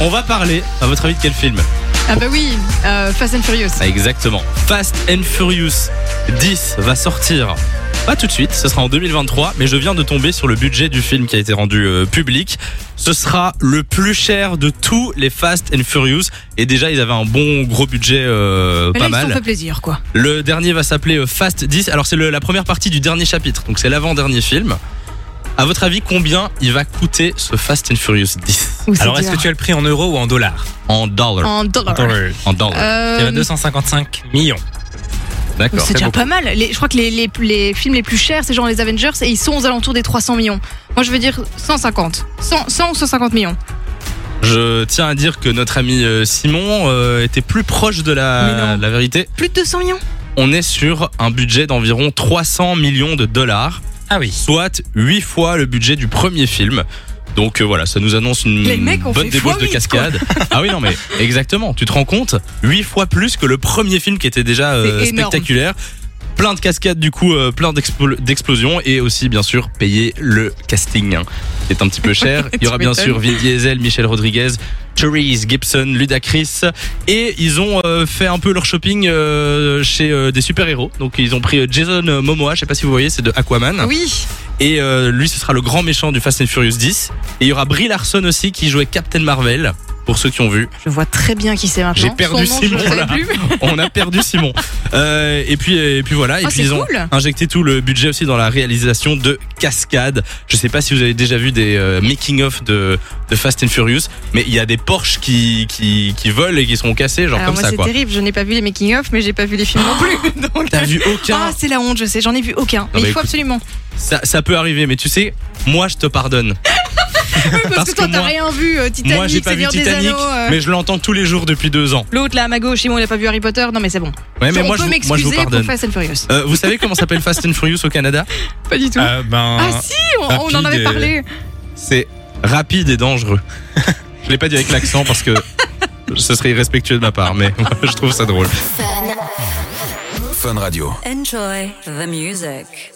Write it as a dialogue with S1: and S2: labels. S1: On va parler, à votre avis, de quel film
S2: Ah bah oui, euh, Fast and Furious.
S1: Ah, Exactement. Fast and Furious 10 va sortir. Pas tout de suite, ce sera en 2023, mais je viens de tomber sur le budget du film qui a été rendu euh, public. Ce sera le plus cher de tous les Fast and Furious. Et déjà, ils avaient un bon gros budget, euh,
S2: Mais
S1: pas
S2: là, ils se sont
S1: mal.
S2: fait plaisir, quoi.
S1: Le dernier va s'appeler euh, Fast 10. Alors c'est le- la première partie du dernier chapitre, donc c'est l'avant-dernier film. À votre avis, combien il va coûter ce Fast and Furious 10
S2: Ou c'est
S3: Alors, est-ce
S2: dur.
S3: que tu as le prix en euros ou en dollars
S1: En dollars.
S2: En dollars.
S3: Dollars.
S1: En dollars.
S2: Euh,
S3: C'est à 255 millions.
S1: D'accord.
S2: c'est
S3: c'est
S2: déjà
S3: beaucoup.
S2: pas mal. Les- je crois que les, les- les films les plus chers, c'est genre les Avengers, et ils sont aux alentours des 300 millions. Moi, je veux dire 150. 100, 100 ou 150 millions.
S1: Je tiens à dire que notre ami euh, Simon euh, était plus proche de la,
S2: Mais non.
S1: la vérité.
S2: Plus de 200 millions
S1: On est sur un budget d'environ 300 millions de dollars,
S3: Ah oui.
S1: soit 8 fois le budget du premier film. Donc euh, voilà, ça nous annonce une
S2: Les mecs ont
S1: bonne
S2: fait
S1: débauche
S2: fois
S1: de
S2: huit,
S1: cascade. ah oui, non mais exactement, tu te rends compte 8 fois plus que le premier film qui était déjà euh,
S2: C'est énorme.
S1: spectaculaire. Plein de cascades du coup, euh, plein d'explo- d'explosions et aussi bien sûr payer le casting hein, qui est un petit peu cher. Il y aura
S2: Tu
S1: bien
S2: m'étonnes.
S1: sûr Vin Diesel, Michel Rodriguez, Therese Gibson, Ludacris et ils ont euh, fait un peu leur shopping euh, chez euh, des super-héros. Donc ils ont pris euh, Jason Momoa, je sais pas si vous voyez, c'est de Aquaman.
S2: Oui.
S1: Et euh, lui, ce sera le grand méchant du Fast and Furious 10. Et il y aura Brie Larson aussi qui jouait Captain Marvel. Pour ceux qui ont vu,
S2: Je vois très bien qui c'est maintenant.
S1: J'ai perdu
S2: Son nom, je
S1: Simon,
S2: le savais
S1: là.
S2: plus. Ah,
S1: on a perdu Simon. Euh, et puis, et puis voilà. Et
S2: Ah,
S1: puis
S2: c'est
S1: ils ont
S2: cool.
S1: injecté tout le budget aussi dans la réalisation de cascades. Je sais pas si vous avez déjà vu des euh, making of de, de Fast and Furious, mais il y a des Porsche qui qui qui volent et qui sont cassés, genre
S2: Alors
S1: comme
S2: moi,
S1: ça
S2: c'est
S1: quoi.
S2: terrible. Je n'ai pas vu les making of, mais j'ai pas vu les films non plus. Donc.
S1: T'as vu
S2: Ah,
S1: aucun
S2: c'est la honte, je sais, j'en ai vu aucun. mais
S1: bah,
S2: il faut
S1: écoute.
S2: absolument.
S1: ça, ça peut arriver, mais tu sais, moi je te pardonne.
S2: Parce,
S1: Parce
S2: que toi,
S1: que
S2: t'as
S1: moi-
S2: rien vu. euh, Titanic,
S1: moi j'ai pas vu
S2: Seigneur
S1: Titanic,
S2: des Anneaux. euh,
S1: mais je l'entends tous les jours depuis deux ans.
S2: L'autre là à ma gauche, Simon, il a pas vu Harry Potter. Non, mais c'est bon.
S1: Ouais, Eh, mais
S2: on
S1: moi je, vous-
S2: peut
S1: moi je
S2: m'excuser
S1: vous
S2: pour
S1: pardonne.
S2: Fast and Furious.
S1: Euh, vous savez comment s'appelle Fast and Furious au Canada
S2: Pas du tout.
S3: Euh, ben,
S2: ah si, on, on en
S3: rapide
S2: avait
S3: et-
S2: parlé.
S1: C'est rapide et dangereux. Je l'ai pas dit avec l'accent parce que ce serait irrespectueux de ma part, mais je trouve ça drôle.
S4: Fun Radio.
S5: Enjoy the music.